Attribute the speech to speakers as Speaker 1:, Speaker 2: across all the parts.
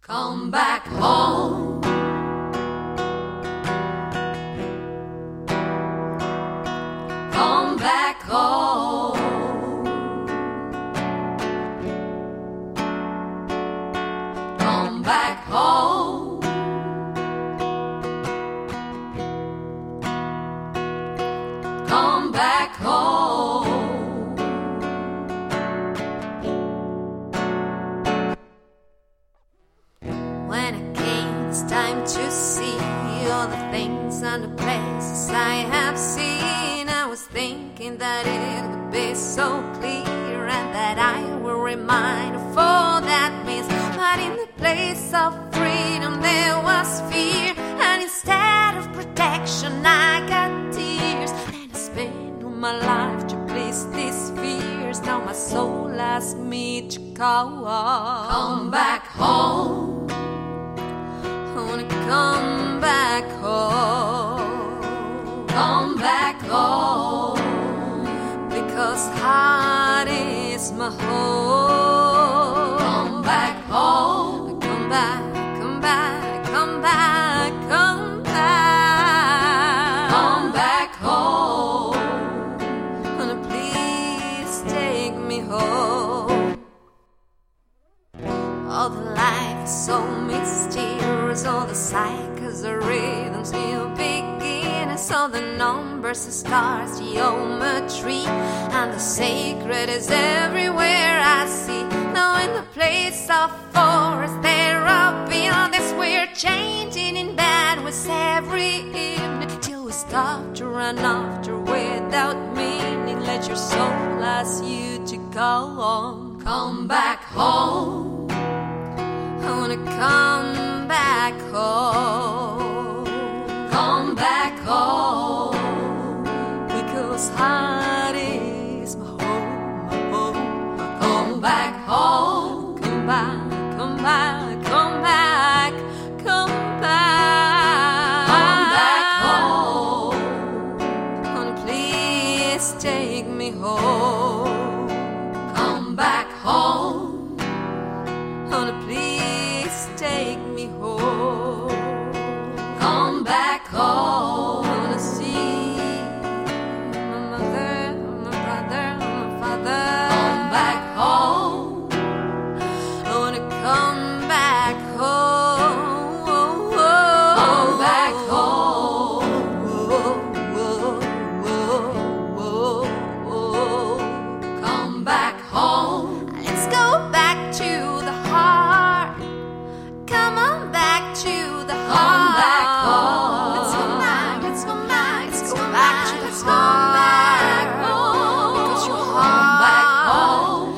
Speaker 1: Come back home. Come back home. Come back home. Come back home. When it came, it's time to see all the things and the places I have seen. I was thinking that it would be so clear and that I were reminded of all that means. But in the place of freedom, there was fear, and instead of protection, I got tears. And I spent all my life to please these fears. Now my soul asks me to go on. Come back home wanna come back home. Come back home. Because heart is my home. Come back home. Come back, come back, come back, come back. Come back home. Wanna please take me home. All the life is so mysterious, all the cycles, the rhythms you begin. I saw the numbers, the stars, geometry, and the sacred is everywhere I see. Now in the place of forest, there are buildings we're changing in bed with every evening till we stop to run after without meaning. Let your soul ask you to go on, come back home. I wanna come back home. Come back home. Because heart is my home, my home. Come back home. Come back, come back, come back, come back. Come back home. Wanna please take me home. Come back home. Honey, please take me home. Come back home. I wanna see my mother, my brother, my father. Come back home. I wanna come back home. Come back home. Come back home. Let's go back to the heart. Come on back to the heart. Let's go back, let's go back, let's go back, let's go back home. Because your heart,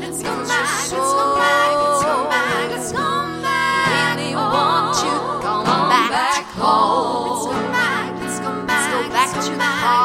Speaker 1: let's go back, let's go back, let's go back, let's go back. Really want you, come back home. Let's go back, let's go back, let's go back to the heart.